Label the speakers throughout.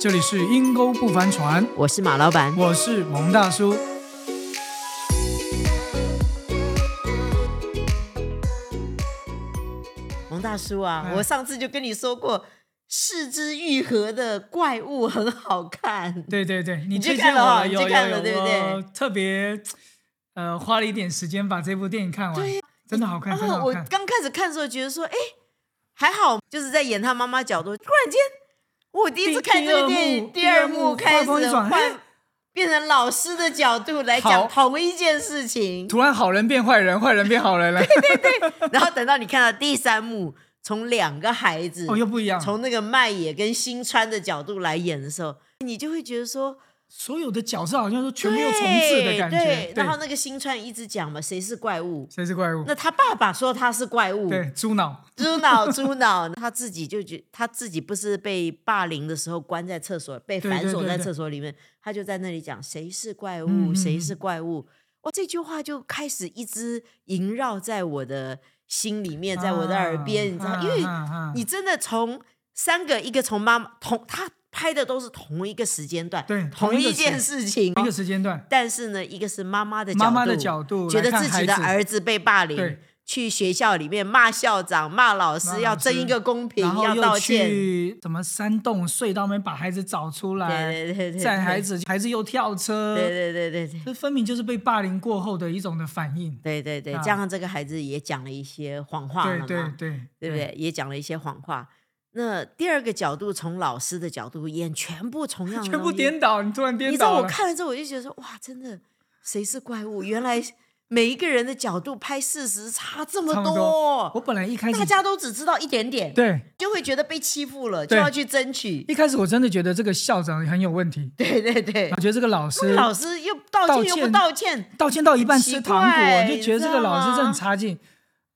Speaker 1: 这里是阴沟不帆船，
Speaker 2: 我是马老板。
Speaker 1: 我是蒙大叔。
Speaker 2: 蒙大叔啊，
Speaker 1: 嗯
Speaker 2: 我上次就跟你说过，四肢愈合的怪物很好看。
Speaker 1: 对对对，你
Speaker 2: 你去
Speaker 1: 推荐
Speaker 2: 看了
Speaker 1: 我
Speaker 2: 哈你去
Speaker 1: 有有
Speaker 2: 看
Speaker 1: 有，
Speaker 2: 了对不对
Speaker 1: 我特别呃花了一点时间把这部电影看完，真的好看，真的
Speaker 2: 啊，
Speaker 1: 好
Speaker 2: 我
Speaker 1: 看。
Speaker 2: 刚开始看的时候觉得说，哎，还好，就是在演他妈妈角度，突然间，我第一次
Speaker 1: 第
Speaker 2: 看这
Speaker 1: 第二
Speaker 2: 个电影，
Speaker 1: 幕
Speaker 2: 第
Speaker 1: 第二
Speaker 2: 二
Speaker 1: 幕
Speaker 2: 幕开
Speaker 1: 画风一
Speaker 2: 始
Speaker 1: 转哎
Speaker 2: 换，变成老师的角度来
Speaker 1: 好
Speaker 2: 讲同一件 事情。
Speaker 1: 突然好人变坏人，坏人变好人 了，
Speaker 2: 然后等到你看到第三幕，从两个孩子
Speaker 1: 哦，又不一样。
Speaker 2: 从那个麦野跟新川的角度来演的时候，你就会觉得说，
Speaker 1: 所有的角色好像都全部又重置的感觉
Speaker 2: 对。，
Speaker 1: 对
Speaker 2: 然，后那个新川一直讲嘛，谁是怪物？
Speaker 1: 谁是怪物？
Speaker 2: 那他爸爸说他是怪物，
Speaker 1: 对，猪脑。
Speaker 2: 猪 脑猪脑，他自己就觉他自己不是被霸凌的时候关在厕所，被
Speaker 1: 对
Speaker 2: 反
Speaker 1: 对
Speaker 2: 锁
Speaker 1: 对
Speaker 2: 在
Speaker 1: 对
Speaker 2: 厕所里面，他就在那里讲谁是怪物，
Speaker 1: 嗯嗯
Speaker 2: 谁
Speaker 1: 嗯
Speaker 2: 是怪物。哇，这句话就开始一直萦绕在我的心里面，在我的耳边，你知道，
Speaker 1: 啊
Speaker 2: 因为
Speaker 1: 啊啊
Speaker 2: 你真的从三个，一个从妈妈同他拍的都是同一个时间段，
Speaker 1: 对
Speaker 2: 同
Speaker 1: 同一个
Speaker 2: 一件事情，
Speaker 1: 同一个时间段，
Speaker 2: 但是呢，一个是妈妈的角度，
Speaker 1: 妈妈的角度
Speaker 2: 觉
Speaker 1: 来
Speaker 2: 得
Speaker 1: 看
Speaker 2: 自己的
Speaker 1: 孩子
Speaker 2: 儿子被霸凌
Speaker 1: 对，
Speaker 2: 去学校里面骂校长、骂老
Speaker 1: 骂
Speaker 2: 师，
Speaker 1: 老
Speaker 2: 要争一
Speaker 1: 师
Speaker 2: 个公平，
Speaker 1: 然后
Speaker 2: 要
Speaker 1: 又
Speaker 2: 道歉。
Speaker 1: 去什么山洞隧道那边把孩子找出来，
Speaker 2: 对对对对，
Speaker 1: 载孩
Speaker 2: 子。
Speaker 1: 子，孩子又跳车，
Speaker 2: 对对对对对
Speaker 1: 这分明就是被霸凌过后的一种的反应。
Speaker 2: 对对对，
Speaker 1: 啊
Speaker 2: 加上这个孩子也讲了一些谎话了
Speaker 1: 对
Speaker 2: 嘛，
Speaker 1: 对对，
Speaker 2: 啊对不？对？也讲了一些谎话。那第二个角度，从老师的角度演，全部同样的
Speaker 1: 全部
Speaker 2: 东西
Speaker 1: 颠倒，你突然
Speaker 2: 你
Speaker 1: 颠
Speaker 2: 知道
Speaker 1: 倒
Speaker 2: 我
Speaker 1: 了。
Speaker 2: 看了之后，我就觉得说，哇，真的，谁是怪物？原来每一个人的角度拍事实差这么
Speaker 1: 差不多我
Speaker 2: 多，
Speaker 1: 本来一开始
Speaker 2: 大家都只知道一点点，
Speaker 1: 对
Speaker 2: 就会觉得被欺负了，就
Speaker 1: 对
Speaker 2: 要去争取。
Speaker 1: 一开始我真的觉得这个校长很有问题，
Speaker 2: 对对对
Speaker 1: 我，觉得这个老师
Speaker 2: 老师又道
Speaker 1: 道
Speaker 2: 歉又不
Speaker 1: 歉
Speaker 2: 道歉，
Speaker 1: 道歉到一半
Speaker 2: 很
Speaker 1: 吃
Speaker 2: 奇
Speaker 1: 糖果，
Speaker 2: 怪
Speaker 1: 我就觉得这个老师真的很差劲。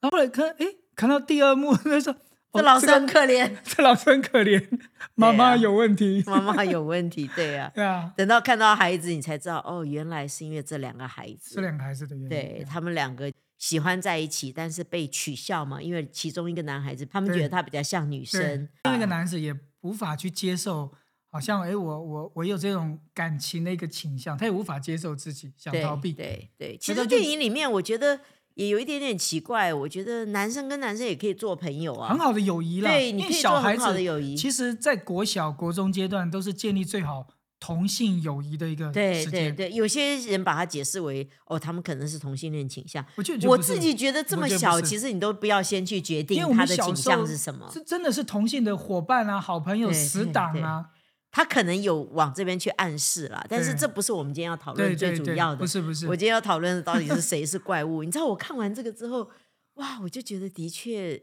Speaker 1: 然后后来看，哎，看到第二幕， 就说
Speaker 2: 这
Speaker 1: 哦
Speaker 2: 老师
Speaker 1: 这
Speaker 2: 啊很
Speaker 1: 个
Speaker 2: 可怜，
Speaker 1: 这老师很可怜，妈妈有问题。
Speaker 2: 妈妈有问题，对啊。
Speaker 1: 对啊，
Speaker 2: 等到看到孩子，你才知道哦，原来是因为这两个孩
Speaker 1: 这
Speaker 2: 子，
Speaker 1: 两个孩子的原因。
Speaker 2: 对他们两个喜欢在一起，但是被取笑嘛，因为其中一个男孩子，他们觉
Speaker 1: 对
Speaker 2: 得他比较像女
Speaker 1: 对
Speaker 2: 生，，
Speaker 1: 另外一个男子也无法去接受，好像哎，我我我有这种感情的一个倾向，他也无法接受自己，想
Speaker 2: 对
Speaker 1: 逃避。
Speaker 2: 对对，
Speaker 1: 所
Speaker 2: 其
Speaker 1: 以他
Speaker 2: 实
Speaker 1: 就
Speaker 2: 电影里面我觉得也有一点点奇怪，我觉得男生跟男生也可以做朋友啊，
Speaker 1: 很好的友谊啦，
Speaker 2: 对，
Speaker 1: 因
Speaker 2: 你
Speaker 1: 为
Speaker 2: 可以
Speaker 1: 小
Speaker 2: 做
Speaker 1: 孩
Speaker 2: 很好
Speaker 1: 子
Speaker 2: 的友谊。
Speaker 1: 其实，在国小、国中阶段都是建立最好同性友谊的一个
Speaker 2: 对
Speaker 1: 时
Speaker 2: 对
Speaker 1: 间。
Speaker 2: 对，有些人把它解释为哦，他们可能是同性恋倾向。
Speaker 1: 我就
Speaker 2: 我自己觉得这
Speaker 1: 我
Speaker 2: 么
Speaker 1: 觉得不
Speaker 2: 小，
Speaker 1: 是
Speaker 2: 其实你都不要先去决
Speaker 1: 因
Speaker 2: 定
Speaker 1: 为我
Speaker 2: 他
Speaker 1: 们
Speaker 2: 的
Speaker 1: 小
Speaker 2: 倾
Speaker 1: 时候
Speaker 2: 向是什么，
Speaker 1: 是真的是同性的伙伴啊、好朋友、
Speaker 2: 对
Speaker 1: 死
Speaker 2: 对
Speaker 1: 党
Speaker 2: 对
Speaker 1: 啊，
Speaker 2: 他可能有往这边去暗示啦，但是
Speaker 1: 对
Speaker 2: 这不是我们今天要讨
Speaker 1: 对
Speaker 2: 论最
Speaker 1: 对
Speaker 2: 主
Speaker 1: 对
Speaker 2: 要，的
Speaker 1: 不。是不是
Speaker 2: 我，今天要讨论的到底是谁是怪物？你知道我看完这个之后，哇，我就觉得的确，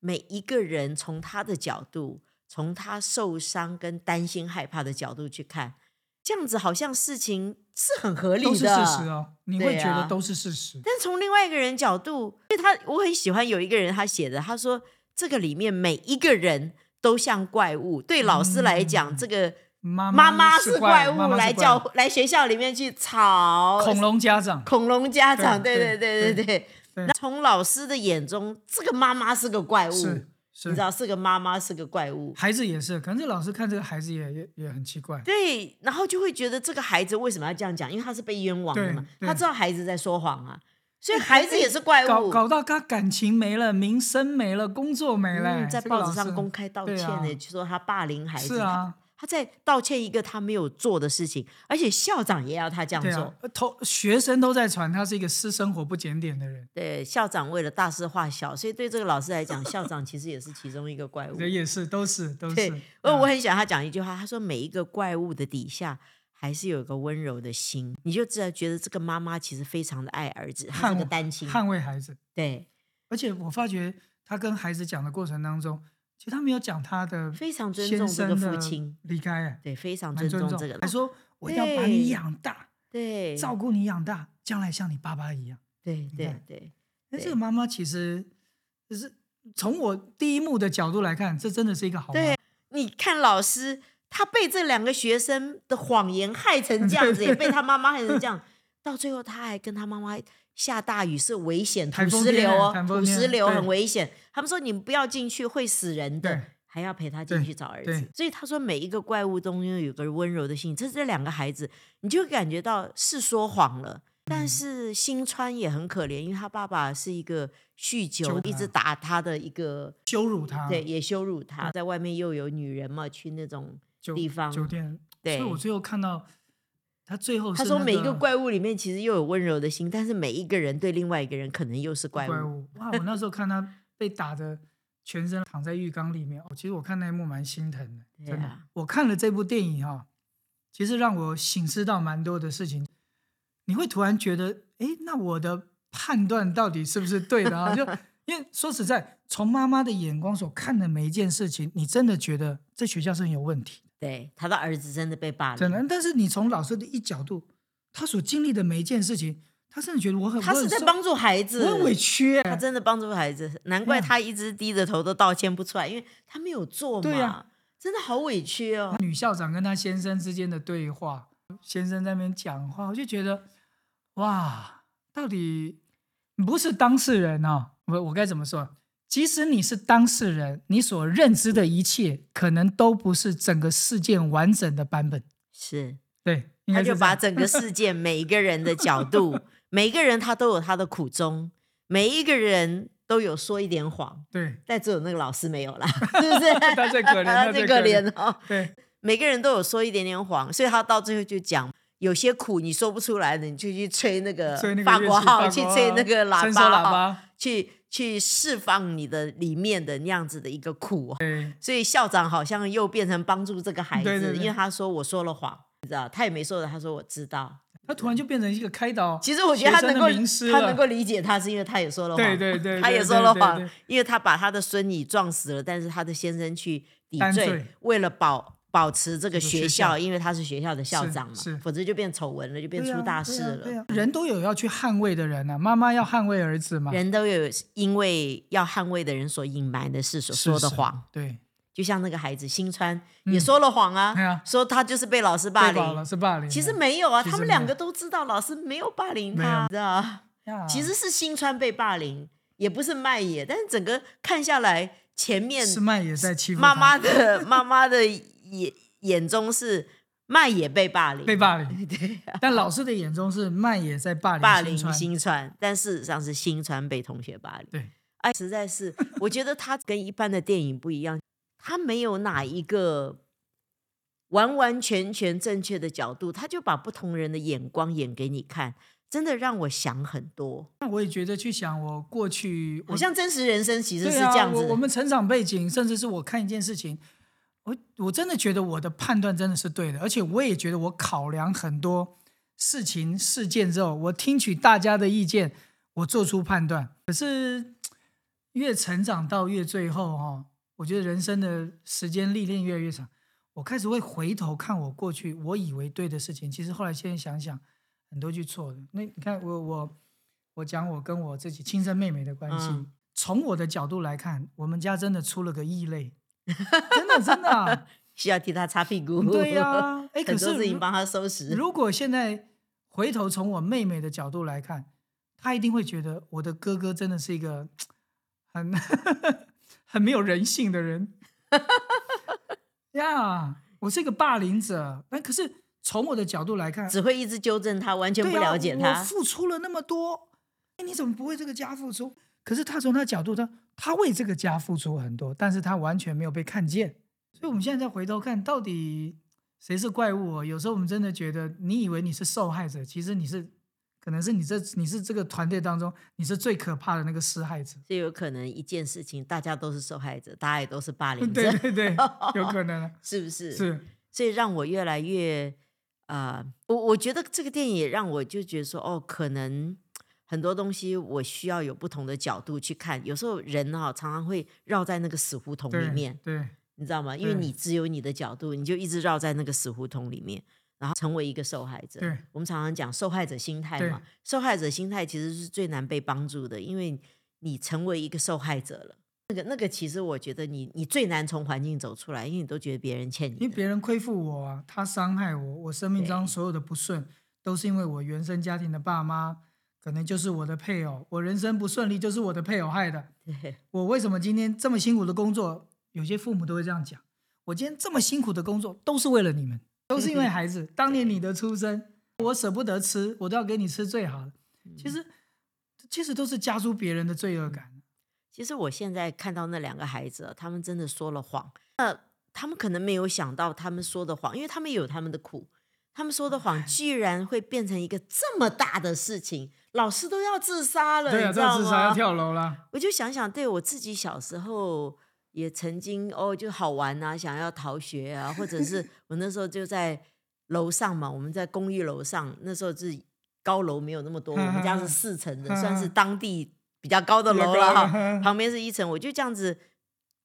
Speaker 2: 每一个人从他的角度，从他受伤跟担心害怕的角度去看，这样子好像事情是很合理
Speaker 1: 都
Speaker 2: 的，
Speaker 1: 是事实哦，你会
Speaker 2: 对
Speaker 1: 觉得
Speaker 2: 啊
Speaker 1: 都是事实。
Speaker 2: 但从另外一个人角度，因为他我很喜欢有一个人他写的，他说这个里面每一个人都像怪物。对老师来讲，
Speaker 1: 嗯
Speaker 2: 这个
Speaker 1: 妈
Speaker 2: 妈妈
Speaker 1: 是
Speaker 2: 是
Speaker 1: 怪
Speaker 2: 怪物，
Speaker 1: 妈妈是
Speaker 2: 来
Speaker 1: 怪
Speaker 2: 教来学校里面去吵
Speaker 1: 恐龙家长，
Speaker 2: 恐龙家长，
Speaker 1: 对
Speaker 2: 对对
Speaker 1: 对
Speaker 2: 对对对。
Speaker 1: 对
Speaker 2: 那从老师的眼中，这个妈妈是个怪物，
Speaker 1: 是
Speaker 2: 你知
Speaker 1: 是，
Speaker 2: 道，是个妈妈是个怪 物。
Speaker 1: 孩子也是，可能这老师看这个孩子也也也很奇怪。
Speaker 2: 对，然后就会觉得这个孩子为什么要这样讲？因为他是被冤枉的
Speaker 1: 对
Speaker 2: 嘛，
Speaker 1: 对哎
Speaker 2: 他知道孩子在说谎啊，所以孩子也是怪
Speaker 1: 搞
Speaker 2: 物。
Speaker 1: 搞到他感情没了，名声没了，工作没了，
Speaker 2: 嗯，在
Speaker 1: 这个
Speaker 2: 报
Speaker 1: 老
Speaker 2: 纸上
Speaker 1: 师
Speaker 2: 公开道歉
Speaker 1: 对啊
Speaker 2: 呢，就说他霸凌孩子，
Speaker 1: 是啊，
Speaker 2: 他在道歉一个他没有做的事情，而且校长也要他这样
Speaker 1: 对
Speaker 2: 做。
Speaker 1: 啊，呃同学生都在传他是一个私生活不检点的人，
Speaker 2: 对校长为了大事化小，所以对这个老师来讲，校长其实也是其中一个 怪物。
Speaker 1: 这也是都是都
Speaker 2: 嗯对
Speaker 1: 是。
Speaker 2: 呃，
Speaker 1: 啊
Speaker 2: 我很喜欢他讲一句话，他说每一个怪物的底下还是有一个温柔的心，你就自然觉得这个妈妈其实非常的爱儿子，她是
Speaker 1: 捍
Speaker 2: 个
Speaker 1: 卫
Speaker 2: 单亲。
Speaker 1: 捍卫孩子，
Speaker 2: 对，
Speaker 1: 而且我发觉他跟孩子讲的过程当中，其实他没有讲他的
Speaker 2: 非常尊
Speaker 1: 先
Speaker 2: 重这
Speaker 1: 生
Speaker 2: 个父
Speaker 1: 的
Speaker 2: 亲，
Speaker 1: 离开，哎
Speaker 2: 对，非常
Speaker 1: 蛮
Speaker 2: 尊
Speaker 1: 尊
Speaker 2: 重
Speaker 1: 重
Speaker 2: 这个。
Speaker 1: 还说我要把你
Speaker 2: 对
Speaker 1: 养大，
Speaker 2: 对，
Speaker 1: 照顾你养大，将来像你爸爸一样。
Speaker 2: 对对
Speaker 1: 看
Speaker 2: 对
Speaker 1: 那这
Speaker 2: 对
Speaker 1: 个妈妈其实就是从我第一幕的角度来看，这真的是一个好妈妈
Speaker 2: 对，你看老师，他被这两个学生的谎言害成这样子，也被他妈妈害成 这样，到最后他还跟他妈妈下大雨是危险，土
Speaker 1: 台风
Speaker 2: 石
Speaker 1: 天
Speaker 2: 流
Speaker 1: 啊
Speaker 2: 哦
Speaker 1: 台，风
Speaker 2: 土
Speaker 1: 天
Speaker 2: 石流
Speaker 1: 对
Speaker 2: 很危险。他们说你们不要进去会死人的
Speaker 1: 对，
Speaker 2: 还要陪他进
Speaker 1: 对
Speaker 2: 去找儿
Speaker 1: 对
Speaker 2: 子。所以他说每一个怪物中间有个温柔的心，这这两个孩子，你就会感觉到是说谎了。
Speaker 1: 嗯
Speaker 2: 但是新川也很可怜，因为他爸爸是一个酗
Speaker 1: 酒，
Speaker 2: 酒一直
Speaker 1: 坛
Speaker 2: 打他的一个，
Speaker 1: 羞辱他，
Speaker 2: 对，也羞辱他，在外面又有女人嘛，去那种
Speaker 1: 酒
Speaker 2: 地方
Speaker 1: 酒店，
Speaker 2: 对
Speaker 1: 所以我最后看到他最后
Speaker 2: 他
Speaker 1: 是
Speaker 2: 说
Speaker 1: 那
Speaker 2: 每一个怪物里面其实又有温柔的心，但是每一个人对另外一个人可能又是怪物。
Speaker 1: 怪物。哇！我那时候看他被打的全身躺在浴缸里面，哦其实我看那一幕蛮心疼的，
Speaker 2: 对
Speaker 1: 真的
Speaker 2: 啊。
Speaker 1: 我看了这部电影哈、哦其实让我醒思到蛮多的事情。你会突然觉得，哎，那我的判断到底是不是对的 啊？就因为说实在，从妈妈的眼光所看的每一件事情，你真的觉得这学校是很有问题的。
Speaker 2: 对，他的儿子真的被霸
Speaker 1: 真的
Speaker 2: 凌，，
Speaker 1: 但是你从老师的一角度，他所经历的每一件事情，他甚至觉得我很，
Speaker 2: 他
Speaker 1: 我
Speaker 2: 是
Speaker 1: 很
Speaker 2: 在
Speaker 1: 受
Speaker 2: 帮助孩子
Speaker 1: 我，很委屈、嗯
Speaker 2: 他
Speaker 1: 欸。
Speaker 2: 真的帮助孩子，难怪他一直低着头都道歉不出来，因为他没有做
Speaker 1: 对
Speaker 2: 嘛
Speaker 1: 呀，
Speaker 2: 真的好委屈哦。
Speaker 1: 女校长跟她先生之间的对话，先生在那边讲话，我就觉得，哇，到底你不是当事人哦，我我该怎么说？即使你是当事人，你所认知的一切，可能都不是整个事件完整的版本。
Speaker 2: 是，
Speaker 1: 对，应
Speaker 2: 他
Speaker 1: 该是
Speaker 2: 就
Speaker 1: 这
Speaker 2: 把
Speaker 1: 样
Speaker 2: 整个 事件每一个人的角度，每一个人他都有他的苦衷，每一个人都有说一点谎，
Speaker 1: 对
Speaker 2: 但只有那个老师没有啦，是不是？
Speaker 1: 他 最可 怜
Speaker 2: 他
Speaker 1: 他
Speaker 2: 最
Speaker 1: 最
Speaker 2: 可
Speaker 1: 可怜
Speaker 2: 怜哦。
Speaker 1: 对
Speaker 2: 每个人都有说一点点谎，所以他到最后就讲，有些苦你说不出来的，你就去吹那个
Speaker 1: 吹那个
Speaker 2: 呃法
Speaker 1: 乐
Speaker 2: 国
Speaker 1: 器
Speaker 2: 号，
Speaker 1: 法
Speaker 2: 去
Speaker 1: 国
Speaker 2: 吹
Speaker 1: 号
Speaker 2: 那个喇
Speaker 1: 伸
Speaker 2: 叭
Speaker 1: 缩喇
Speaker 2: 号
Speaker 1: 叭
Speaker 2: 去去释放你的里面的那样子的一个苦。哦
Speaker 1: 对
Speaker 2: 所以校长好像又变成帮助这个孩子，
Speaker 1: 对对对
Speaker 2: 因为他说我说了谎，你知道，他也没说的，他说我知道。
Speaker 1: 他突然就变成一个开导
Speaker 2: 其
Speaker 1: 学
Speaker 2: 实我觉得
Speaker 1: 生
Speaker 2: 他
Speaker 1: 的
Speaker 2: 能够
Speaker 1: 名师了，
Speaker 2: 他能够理解他，是因为他也说了谎，
Speaker 1: 对对对
Speaker 2: 他也
Speaker 1: 对
Speaker 2: 说了
Speaker 1: 对对
Speaker 2: 谎
Speaker 1: 对，
Speaker 2: 因为他把他的孙女撞死了，但是他的先生去抵
Speaker 1: 担
Speaker 2: 罪
Speaker 1: 罪，
Speaker 2: 为了保保持这个
Speaker 1: 这个
Speaker 2: 学
Speaker 1: 学
Speaker 2: 校，
Speaker 1: 校
Speaker 2: 因为他是学校的校
Speaker 1: 是
Speaker 2: 长嘛
Speaker 1: 是，
Speaker 2: 否则就变丑闻了，就变
Speaker 1: 对
Speaker 2: 出
Speaker 1: 啊
Speaker 2: 大
Speaker 1: 对
Speaker 2: 事
Speaker 1: 啊
Speaker 2: 了。
Speaker 1: 对啊人都有要去捍卫的人啊，妈妈要捍卫儿子嘛，
Speaker 2: 人都有因为要捍卫的人所隐瞒的事，所
Speaker 1: 是
Speaker 2: 说的
Speaker 1: 是
Speaker 2: 谎。
Speaker 1: 对，
Speaker 2: 就像那个孩子新川也说了谎啊，
Speaker 1: 对啊
Speaker 2: 说他就是被老师霸
Speaker 1: 被绑了
Speaker 2: 凌，
Speaker 1: 是霸凌的，
Speaker 2: 其实没有啊，
Speaker 1: 其
Speaker 2: 他
Speaker 1: 实
Speaker 2: 们
Speaker 1: 没有
Speaker 2: 两个都知道老师没有霸凌
Speaker 1: 没
Speaker 2: 他，
Speaker 1: 有嗯
Speaker 2: 知道啊
Speaker 1: 呀
Speaker 2: 其实是新川被霸凌，也不是麦野，但是整个看下来，前面
Speaker 1: 师曼也在欺负
Speaker 2: 妈
Speaker 1: 他
Speaker 2: 妈的妈妈的眼眼中是麦野被霸凌，
Speaker 1: 被霸凌，
Speaker 2: 对啊、
Speaker 1: 但老师的眼中是曼也在霸凌
Speaker 2: 霸
Speaker 1: 新
Speaker 2: 凌
Speaker 1: 川
Speaker 2: 新川，但事实上是新川被同学霸凌。
Speaker 1: 对，
Speaker 2: 哎，实在是，我觉得他跟一般的电影不一样，他没有哪一个完完全全正确的角度，他就把不同人的眼光演给你看，真的让我想很多。
Speaker 1: 那我也觉得去想我过去，
Speaker 2: 好
Speaker 1: 我
Speaker 2: 像真实人生其实
Speaker 1: 对
Speaker 2: 是这样
Speaker 1: 啊、
Speaker 2: 子
Speaker 1: 我我
Speaker 2: 的，
Speaker 1: 们成长背景，甚至是我看一件事情，我我真的觉得我的判断真的是对的，而且我也觉得我考量很多事情事件之后，我听取大家的意见，我做出判断。可是越成长到越最后哈、哦，我觉得人生的时间历练越来越长，我开始会回头看我过去我以为对的事情，其实后来现在想想，很多句错的。那你看我我我讲我跟我自己亲生妹妹的关系，
Speaker 2: 嗯
Speaker 1: 从我的角度来看，我们家真的出了个异类，真的真的 啊、
Speaker 2: 需要替他擦屁股。
Speaker 1: 对呀、哎，可
Speaker 2: 很多
Speaker 1: 是
Speaker 2: 事情
Speaker 1: 如
Speaker 2: 帮他收拾。
Speaker 1: 如果现在回头从我妹妹的角度来看，她一定会觉得我的哥哥真的是一个很 很没有人性的人呀。我是一个霸凌者，但可是从我的角度来看，
Speaker 2: 只会一直纠正他，完全
Speaker 1: 对
Speaker 2: 不了解
Speaker 1: 啊、
Speaker 2: 他
Speaker 1: 我。付出了那么多，哎，你怎么不为这个家付出？可是他从他角度，他他为这个家付出很多，但是他完全没有被看见。所以我们现在再回头看，到底谁是怪物、哦？有时候我们真的觉得，你以为你是受害者，其实你是，可能是你这你是这个团队当中你是最可怕的那个施害 者。
Speaker 2: 所以有可能一件事情，大家都是受害者，大家也都是霸凌
Speaker 1: 对
Speaker 2: 者，
Speaker 1: 对对，有可能啊
Speaker 2: 是不 是？。
Speaker 1: 是
Speaker 2: 所以让我越来越，呃，我我觉得这个电影也让我就觉得说，哦，可能很多东西我需要有不同的角度去看。有时候人哈、常常会绕在那个死胡同里
Speaker 1: 对
Speaker 2: 面，
Speaker 1: 对
Speaker 2: 你知道吗？因为
Speaker 1: 对
Speaker 2: 你只有你的角度，你就一直绕在那个死胡同里面，然后成为一个受害者。
Speaker 1: 对
Speaker 2: 我们常常讲受害者心态
Speaker 1: 对
Speaker 2: 嘛，受害者心态其实是最难被帮助的，因为你成为一个受害者了。那个那个，其实我觉得你你最难从环境走出来，因为你都觉得别人欠你
Speaker 1: 因为
Speaker 2: 的。
Speaker 1: 别人亏负我啊，他伤害我，我生命
Speaker 2: 对
Speaker 1: 中所有的不顺都是因为我原生家庭的爸妈，可能就是我的 配偶，我人生不顺利就是我的配偶害的。
Speaker 2: 对
Speaker 1: 我为什么今天这么辛苦的工作，有些父母都会这样讲：我今天这么辛苦的工作，都是为了你们，都是因为孩子。当年你的出生，我舍不得吃，我都要给你吃最好的。
Speaker 2: 嗯
Speaker 1: 其实，其实都是加诸别人的罪恶感。
Speaker 2: 其实我现在看到那两个孩子啊，他们真的说了谎。那他们可能没有想到，他们说的谎，因为他们也有他们的苦，他们说
Speaker 1: 哦
Speaker 2: 的谎居然会变成一个这么大的事情，老师都要自杀了，
Speaker 1: 对啊，
Speaker 2: 嗯你知
Speaker 1: 这样
Speaker 2: 道
Speaker 1: 自杀要
Speaker 2: 吗？
Speaker 1: 跳楼啦。
Speaker 2: 我就想想，对我自己小时候也曾经哦，就好玩啊，想要逃学啊，或者 是我那时候就在楼上嘛，我们在公寓楼上，那时候是高楼没有那么多，我们家 是四层的，算是当地比较高的楼了哈。
Speaker 1: 嗯
Speaker 2: 旁边是一层，我就这样子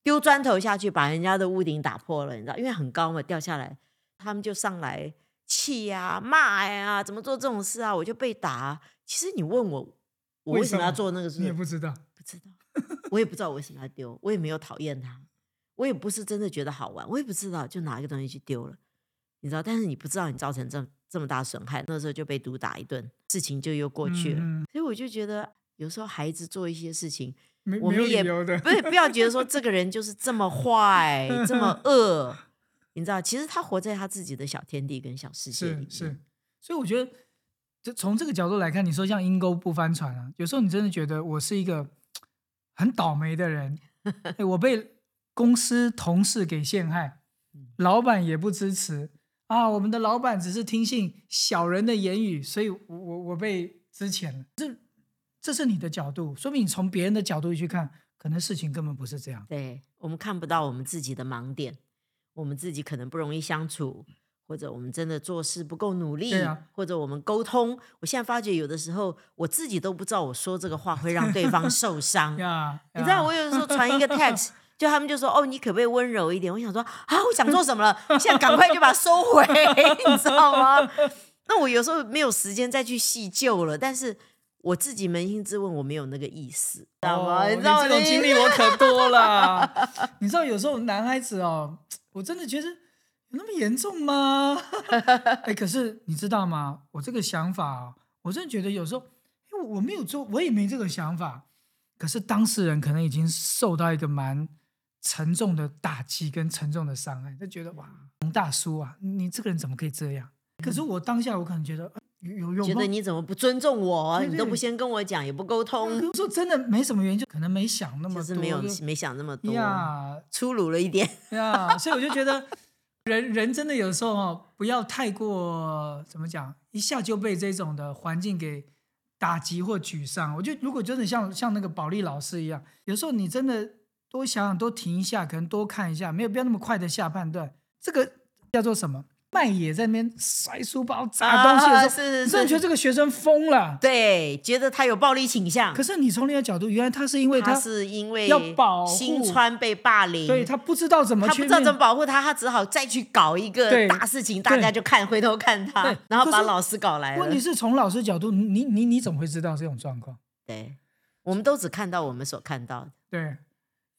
Speaker 2: 丢砖头下去，把人家的屋顶打破了，你知道，因为很高嘛，掉下来，他们就上来气呀、骂呀、怎么做这种事啊？我就被打啊。其实你问我，我
Speaker 1: 为
Speaker 2: 为什么
Speaker 1: 什
Speaker 2: 要
Speaker 1: 么
Speaker 2: 做那个事？
Speaker 1: 你也不知道，
Speaker 2: 不知道，我也不知道我为什么要丢，我也没有讨厌它，我也不是真的觉得好玩，我也不知道就拿一个东西去丢了，你知道？但是你不知道你造成这么这么大损害，那时候就被毒打一顿，事情就又过去了。
Speaker 1: 嗯嗯
Speaker 2: 所以我就觉得，有时候孩子做一些事情，
Speaker 1: 没
Speaker 2: 我
Speaker 1: 没有
Speaker 2: 们也
Speaker 1: 理由的。，
Speaker 2: 不是不要觉得说这个人就是这么坏这 么恶，你知道？其实他活在他自己的小天地跟小世界里
Speaker 1: 是
Speaker 2: 面。
Speaker 1: 是，所以我觉得，就从这个角度来看，你说像阴沟不翻船啊，有时候你真的觉得我是一个很倒霉的 人，哎我被公司同事给陷害，
Speaker 2: 嗯
Speaker 1: 老板也不支持啊，我们的老板只是听信小人的言语，所以我我我被支遣了。这这是你的角度，说明你从别人的角度去看，可能事情根本不是这样。
Speaker 2: 对我们看不到我们自己的盲点，我们自己可能不容易相处，或者我们真的做事不够努力，
Speaker 1: 对啊
Speaker 2: 或者我们沟通。我现在发觉，有的时候我自己都不知道我说这个话会让对方受伤。
Speaker 1: 呀，
Speaker 2: 嗯你知道，
Speaker 1: 呀
Speaker 2: 我有的时候传一个 text，就他们就说：“哦，你可不可以温柔一点？”我想说：“啊，我想做什么了？现在赶快就把它收回， 你知道吗？”那我有时候没有时间再去细究了，但是我自己扪心自问，我没有那个意思，知道吗？
Speaker 1: 哦
Speaker 2: 你知道
Speaker 1: 这种
Speaker 2: 我的意
Speaker 1: 经
Speaker 2: 思
Speaker 1: 历我可多了。 你知道有时候男孩子哦，我真的觉得有那么严重吗？ 哎，可是你知道吗？我这个想法、哦，我真的觉得有时候，哎我我没有做，我也没这个想法。可是当事人可能已经受到一个蛮沉重的打击跟沉重的伤害，就觉得哇，洪大叔啊，你这个人怎么可以这样？可是我当下我可能觉得、呃有有用吗？
Speaker 2: 觉得你怎么不尊重我？
Speaker 1: 对
Speaker 2: 你都
Speaker 1: 对
Speaker 2: 不先跟我讲，也不沟
Speaker 1: 比
Speaker 2: 通，
Speaker 1: 如说真的没什么原因，就可能没想那么多，
Speaker 2: 就是没有
Speaker 1: 就
Speaker 2: 没想那么多，
Speaker 1: 呀。
Speaker 2: 粗鲁了一 点。
Speaker 1: 对啊，所以我就觉得人 人真的有时候哦，不要太过怎么讲，一下就被这种的环境给打击或沮丧。我觉得如果真的像像那个保利老师一样，有时候你真的多想想，多停一下，可能多看一下，没有必要那么快的下判断。这个叫做什么？麦野在那边摔书包、砸东西的时候，
Speaker 2: 啊是
Speaker 1: 你真的
Speaker 2: 是
Speaker 1: 觉得
Speaker 2: 是，
Speaker 1: 这个学生疯了。
Speaker 2: 对，觉得他有暴力倾向
Speaker 1: 可。是你从另一个角度，原来他是因为
Speaker 2: 他是因为
Speaker 1: 要保护
Speaker 2: 新川被霸凌，
Speaker 1: 对他不知道怎么
Speaker 2: 他
Speaker 1: 去
Speaker 2: 不知
Speaker 1: 面
Speaker 2: 道
Speaker 1: 对，
Speaker 2: 怎么保护他，他只好再去搞一
Speaker 1: 对
Speaker 2: 个大事情，大家就看回头看
Speaker 1: 对
Speaker 2: 他，然后
Speaker 1: 可
Speaker 2: 把
Speaker 1: 是
Speaker 2: 老师搞来
Speaker 1: 问
Speaker 2: 了
Speaker 1: 题。是从老师角度，你你你怎么会知道这种状况？
Speaker 2: 对，我们都只看到我们所看到的。
Speaker 1: 对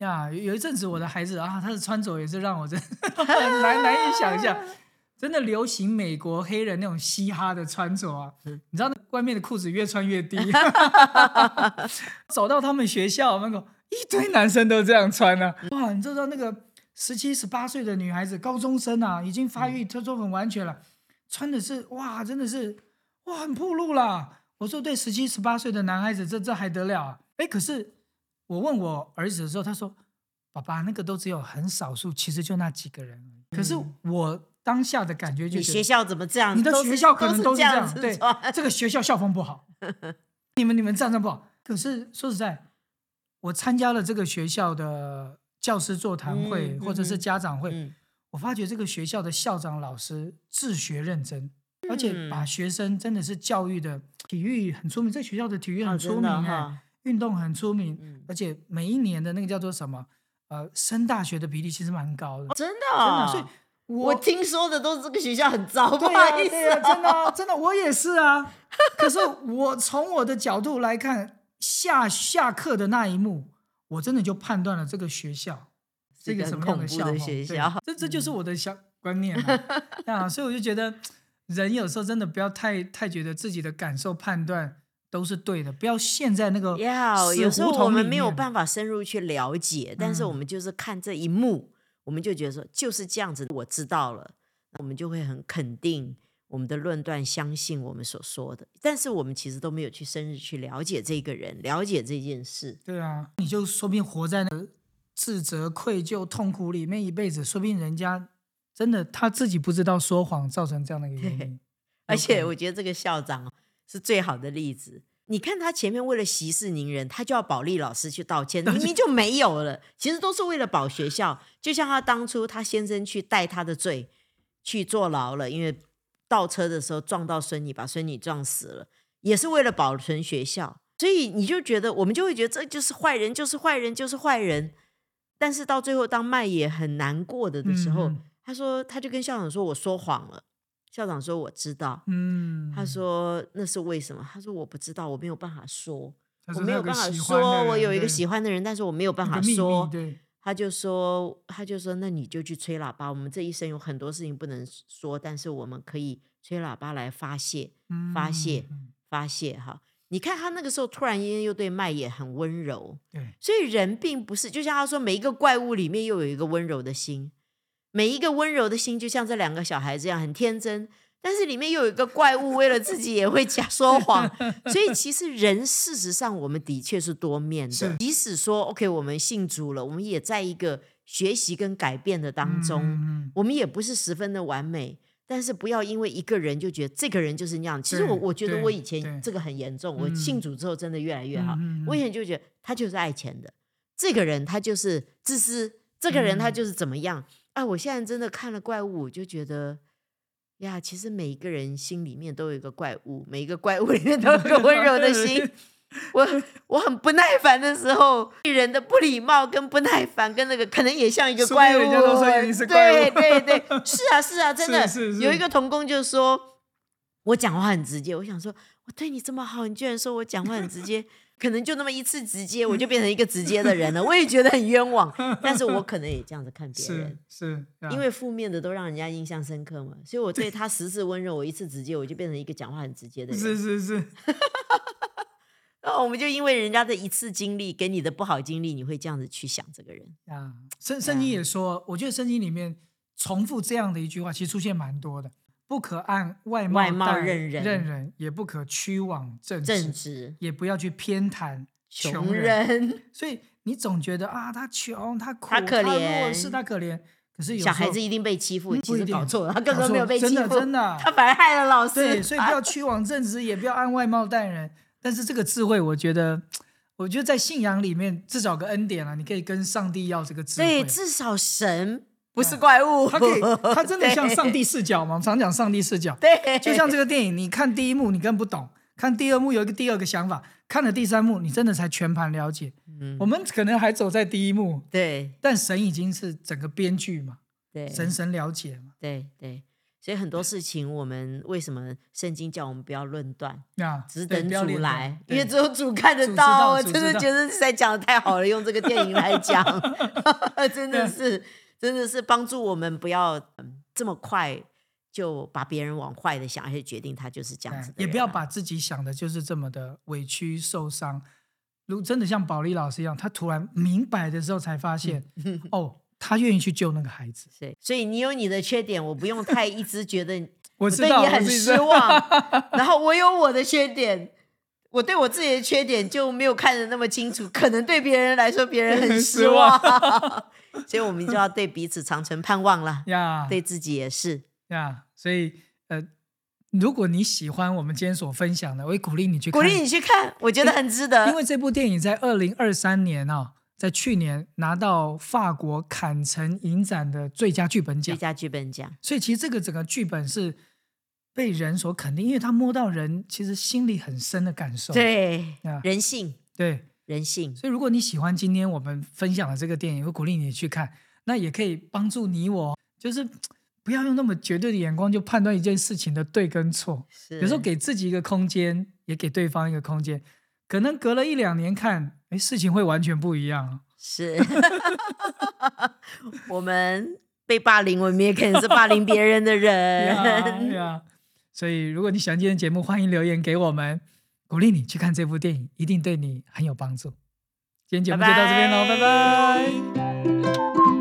Speaker 1: 呀，有有一阵子我的孩子啊，他的穿着也是让我真 难难以想象，真的流行美国黑人那种嘻哈的穿着啊，你知道那外面的裤子越穿越低， 走到他们学校门口，一堆男生都这样穿啊，哇，你知道那个十七十八岁的女孩子，高中生啊，已经发育都都很完全了，穿的是哇，真的是哇，很暴露啦。我说对，十七十八岁的男孩子，这这还得了啊？哎，可是我问我儿子的时候，他说：“爸爸，那个都只有很少数，其实就那几个人而已。”可是我当下的感觉就
Speaker 2: 你
Speaker 1: 觉
Speaker 2: 学
Speaker 1: 得，
Speaker 2: 校怎么这样？
Speaker 1: 你的
Speaker 2: 都
Speaker 1: 学
Speaker 2: 是
Speaker 1: 校可能
Speaker 2: 都
Speaker 1: 都
Speaker 2: 是
Speaker 1: 是这样，
Speaker 2: 子
Speaker 1: 对
Speaker 2: 穿，
Speaker 1: 哎这个学校校风不 好，你们你们站站不好。可是说实在，我参加了这个学校的教师座谈会、
Speaker 2: 嗯
Speaker 1: 或者是
Speaker 2: 嗯
Speaker 1: 家长会，
Speaker 2: 嗯，
Speaker 1: 我发觉这个学校的校长老师治学认真，而且
Speaker 2: 嗯
Speaker 1: 把学生真的是教育的体育很出名，这个学校的体育
Speaker 2: 哦
Speaker 1: 很
Speaker 2: 真
Speaker 1: 出名
Speaker 2: 的
Speaker 1: 哎、
Speaker 2: 哈
Speaker 1: 运动很出名，
Speaker 2: 嗯
Speaker 1: 而且每一年的那个叫做什么呃升大学的比例其实蛮高的，
Speaker 2: 真的
Speaker 1: 真
Speaker 2: 哦，
Speaker 1: 的。所以我
Speaker 2: 我听说的都是这个学校很糟， 不
Speaker 1: 对呀、
Speaker 2: 好
Speaker 1: 对
Speaker 2: 意思
Speaker 1: 呀、
Speaker 2: 哦。
Speaker 1: 真的啊、真的，我也是啊。可是我从我的角度来看，下下课的那一幕，我真的就判断了这个学校
Speaker 2: 是
Speaker 1: 这
Speaker 2: 一个
Speaker 1: 什么
Speaker 2: 很
Speaker 1: 样
Speaker 2: 恐怖
Speaker 1: 校
Speaker 2: 的
Speaker 1: 风
Speaker 2: 学
Speaker 1: 对
Speaker 2: 校嗯
Speaker 1: 这这就是我的小观念啊 啊，所以我就觉得人有时候真的不要太太觉得自己的感受判断都是对的，不要陷在那个
Speaker 2: 要
Speaker 1: 死
Speaker 2: 有时候
Speaker 1: 胡同
Speaker 2: 我们
Speaker 1: 里
Speaker 2: 没有
Speaker 1: 面嗯
Speaker 2: 办法深入去了解，但是我们就是看这一幕，我们就觉得说就是这样子，我知道了，那我们就会很肯定我们的论断，相信我们所说的。但是我们其实都没有去深入去了解这个人，了解这件事。
Speaker 1: 对啊，你就说不定活在那个自责、愧疚、痛苦里面一辈子，说不定人家真的他自己不知道说谎造成这样的一个原因。
Speaker 2: 而且
Speaker 1: OK
Speaker 2: 我觉得这个校长哦是最好的例子。你看他前面为了息事宁人，他就要保利老师去道歉，明明就没有了，其实都是为了保学校。就像他当初他先生去带他的罪去坐牢了，因为倒车的时候撞到孙女，把孙女撞死了，也是为了保存学校。所以你就觉得，我们就会觉得这就是坏人，就是坏人，就是坏人。但是到最后，当麦也很难过的的时候，
Speaker 1: 嗯嗯
Speaker 2: 他说他就跟校长说：“我说谎了。”校长说：“我知道。”
Speaker 1: 嗯，
Speaker 2: 他说那是为什么？他说我不知道，我没有办法说，
Speaker 1: 他
Speaker 2: 我
Speaker 1: 说
Speaker 2: 没
Speaker 1: 他
Speaker 2: 有
Speaker 1: 个
Speaker 2: 办法
Speaker 1: 喜欢的
Speaker 2: 说，我
Speaker 1: 人
Speaker 2: 有一个
Speaker 1: 对
Speaker 2: 喜欢的人，但是我没有办
Speaker 1: 一
Speaker 2: 法
Speaker 1: 个秘密
Speaker 2: 说。
Speaker 1: 对，
Speaker 2: 他就说，他就说，那你就去吹喇叭。我们这一生有很多事情不能说，但是我们可以吹喇叭来发泄、发泄
Speaker 1: 嗯嗯
Speaker 2: 发泄哈。你看他那个时候突然间又对麦也很温柔，
Speaker 1: 对，
Speaker 2: 所以人并不是，就像他说，每一个怪物里面又有一个温柔的心，每一个温柔的心就像这两个小孩子一样很天真，但是里面又有一个怪物，为了自己也会假说谎。所以其实人事实上我们的确是多面的
Speaker 1: 是，
Speaker 2: 即使说 OK 我们信主了，我们也在一个学习跟改变的当中，
Speaker 1: 嗯嗯
Speaker 2: 我们也不是十分的完美。但是不要因为一个人就觉得这个人就是那样。其实我
Speaker 1: 对
Speaker 2: 我觉得
Speaker 1: 对
Speaker 2: 我以
Speaker 1: 对
Speaker 2: 前这个很严重，我
Speaker 1: 嗯
Speaker 2: 信主之后真的越来越好。
Speaker 1: 嗯嗯嗯
Speaker 2: 我以前就觉得他就是爱钱的，这个人他就是自私，这个人
Speaker 1: 嗯
Speaker 2: 他就是怎么样。啊，我现在真的看了怪物，我就觉得呀，其实每一个人心里面都有一个怪物，每一个怪物里面都有一个温柔的心。我我很不耐烦的时候，对人的不礼貌跟不耐烦，跟那个可能也像一个
Speaker 1: 说不定
Speaker 2: 怪物。哦
Speaker 1: 人家都说你是怪物
Speaker 2: 对对对， 是啊是啊，真的
Speaker 1: 是是
Speaker 2: 有一个童工就说，我讲话很直接，我想说我对你这么好，你居然说我讲话很直接，可能就那么一次直接，我就变成一个直接的人了，我也觉得很 冤枉，但是我可能也这样子看别人
Speaker 1: 是。啊是，
Speaker 2: 因为负面的都让人家印象深刻嘛，所以我对他十次温柔，我一次直接，我就变成一个讲话很直接的
Speaker 1: 对啊
Speaker 2: 人。
Speaker 1: 是是是，
Speaker 2: 然哦后我们就因为人家的一次经历给你的不好经历，你会这样子去想这个人。
Speaker 1: 啊，圣圣经
Speaker 2: 嗯
Speaker 1: 也说，我觉得圣经里面重复这样的一句话，其实出现蛮多的。不可按外貌
Speaker 2: 外貌
Speaker 1: 待
Speaker 2: 认人
Speaker 1: 认人，也不可屈枉正
Speaker 2: 正
Speaker 1: 直，
Speaker 2: 直、
Speaker 1: 也不要去偏袒
Speaker 2: 穷
Speaker 1: 人。
Speaker 2: 人、
Speaker 1: 所以你总觉得啊，他穷，他苦，
Speaker 2: 他可
Speaker 1: 弱
Speaker 2: 怜
Speaker 1: 势，他可怜。可是有
Speaker 2: 小
Speaker 1: 时候
Speaker 2: 孩子一定被欺负，
Speaker 1: 嗯
Speaker 2: 其
Speaker 1: 不一
Speaker 2: 实搞
Speaker 1: 定
Speaker 2: 错了，他根
Speaker 1: 搞
Speaker 2: 本没有
Speaker 1: 错
Speaker 2: 被欺负，
Speaker 1: 真的真的
Speaker 2: 他反而害了老师。
Speaker 1: 对，所以不要屈枉正直，也不要按外貌待人。但是这个智慧，我觉得，我觉得在信仰里面至少有个恩典啊了、你可以跟上帝要这个智慧
Speaker 2: 对，。至少神不是
Speaker 1: 对
Speaker 2: 怪物，
Speaker 1: 他可以，他真的像上帝视角嘛？我们常讲上帝视角，
Speaker 2: 对。 对，
Speaker 1: 就像这个电影，你看第一幕你根本不懂，看第二幕有一个第二个想法，看了第三幕你真的才全盘了解。
Speaker 2: 嗯
Speaker 1: 我们可能还走在第一幕，
Speaker 2: 对
Speaker 1: 但神已经是整个编剧嘛，
Speaker 2: 对
Speaker 1: 神神了解嘛，
Speaker 2: 对对，所以很多事情我们为什么圣经叫我们不要论断？
Speaker 1: 啊，
Speaker 2: 只
Speaker 1: 对
Speaker 2: 等
Speaker 1: 不要
Speaker 2: 主
Speaker 1: 恋爱
Speaker 2: 来，因
Speaker 1: 对
Speaker 2: 为只有 主看得
Speaker 1: 主知
Speaker 2: 到。
Speaker 1: 道
Speaker 2: 我
Speaker 1: 主
Speaker 2: 真
Speaker 1: 知
Speaker 2: 的
Speaker 1: 道
Speaker 2: 觉得实在讲的太好了，用这个电 影来讲，真的是真的是帮助我们不要、嗯这么快就把别人往坏的想，而且决定他就是这样
Speaker 1: 哎
Speaker 2: 子的、啊
Speaker 1: 也不要。把自己想的就是这么的委屈受伤。如果真的像保利老师一样，他突然明白的时候才发现，
Speaker 2: 嗯
Speaker 1: 哦，他愿意去救那个孩 子。
Speaker 2: 所以，所以你有你的缺点，我不用太一直 觉得
Speaker 1: 我知
Speaker 2: 对
Speaker 1: 道，
Speaker 2: 你
Speaker 1: 我
Speaker 2: 很
Speaker 1: 自己
Speaker 2: 失
Speaker 1: 知道
Speaker 2: 望， 然后我有我的缺点，我对我自己的缺点就没有看得那么清楚，可能对别人来说别人很
Speaker 1: 很
Speaker 2: 失
Speaker 1: 失
Speaker 2: 望， 所以我们就要对彼此长存盼望了，
Speaker 1: 呀，
Speaker 2: 对自己也是。
Speaker 1: 呀，啊所以呃，如果你喜欢我们今天所分享的，我也鼓励你去
Speaker 2: 鼓
Speaker 1: 看
Speaker 2: 励你去看，我觉得很值
Speaker 1: 因
Speaker 2: 得。
Speaker 1: 为这部电影在二零二三年啊、在去年拿到法国坎城影展的最佳剧本
Speaker 2: 最
Speaker 1: 奖，
Speaker 2: 佳剧本奖，
Speaker 1: 所以其实这个整个剧本是被人所肯定，因为他摸到人其实心里很深的感受。
Speaker 2: 对
Speaker 1: 啊
Speaker 2: 人性，
Speaker 1: 对，
Speaker 2: 人性，
Speaker 1: 所以如果你喜欢今天我们分享的这个电影，我鼓励你去看，那也可以帮助你我，就是不要用那么绝对的眼光就判断一件事情的对跟错。
Speaker 2: 有
Speaker 1: 有时候给自己一个空间，也给对方一个空间。可能隔了一两年看，哎，事情会完全不一样啊。
Speaker 2: 是， 我们被霸凌，我们也可能是霸凌别人 的
Speaker 1: 呀
Speaker 2: 人。
Speaker 1: 呀所以，如果你喜欢今天的节目，欢迎留言给我们。鼓励你去看这部电影，一定对你很有帮助。今天节目就到这边喽，拜拜
Speaker 2: 拜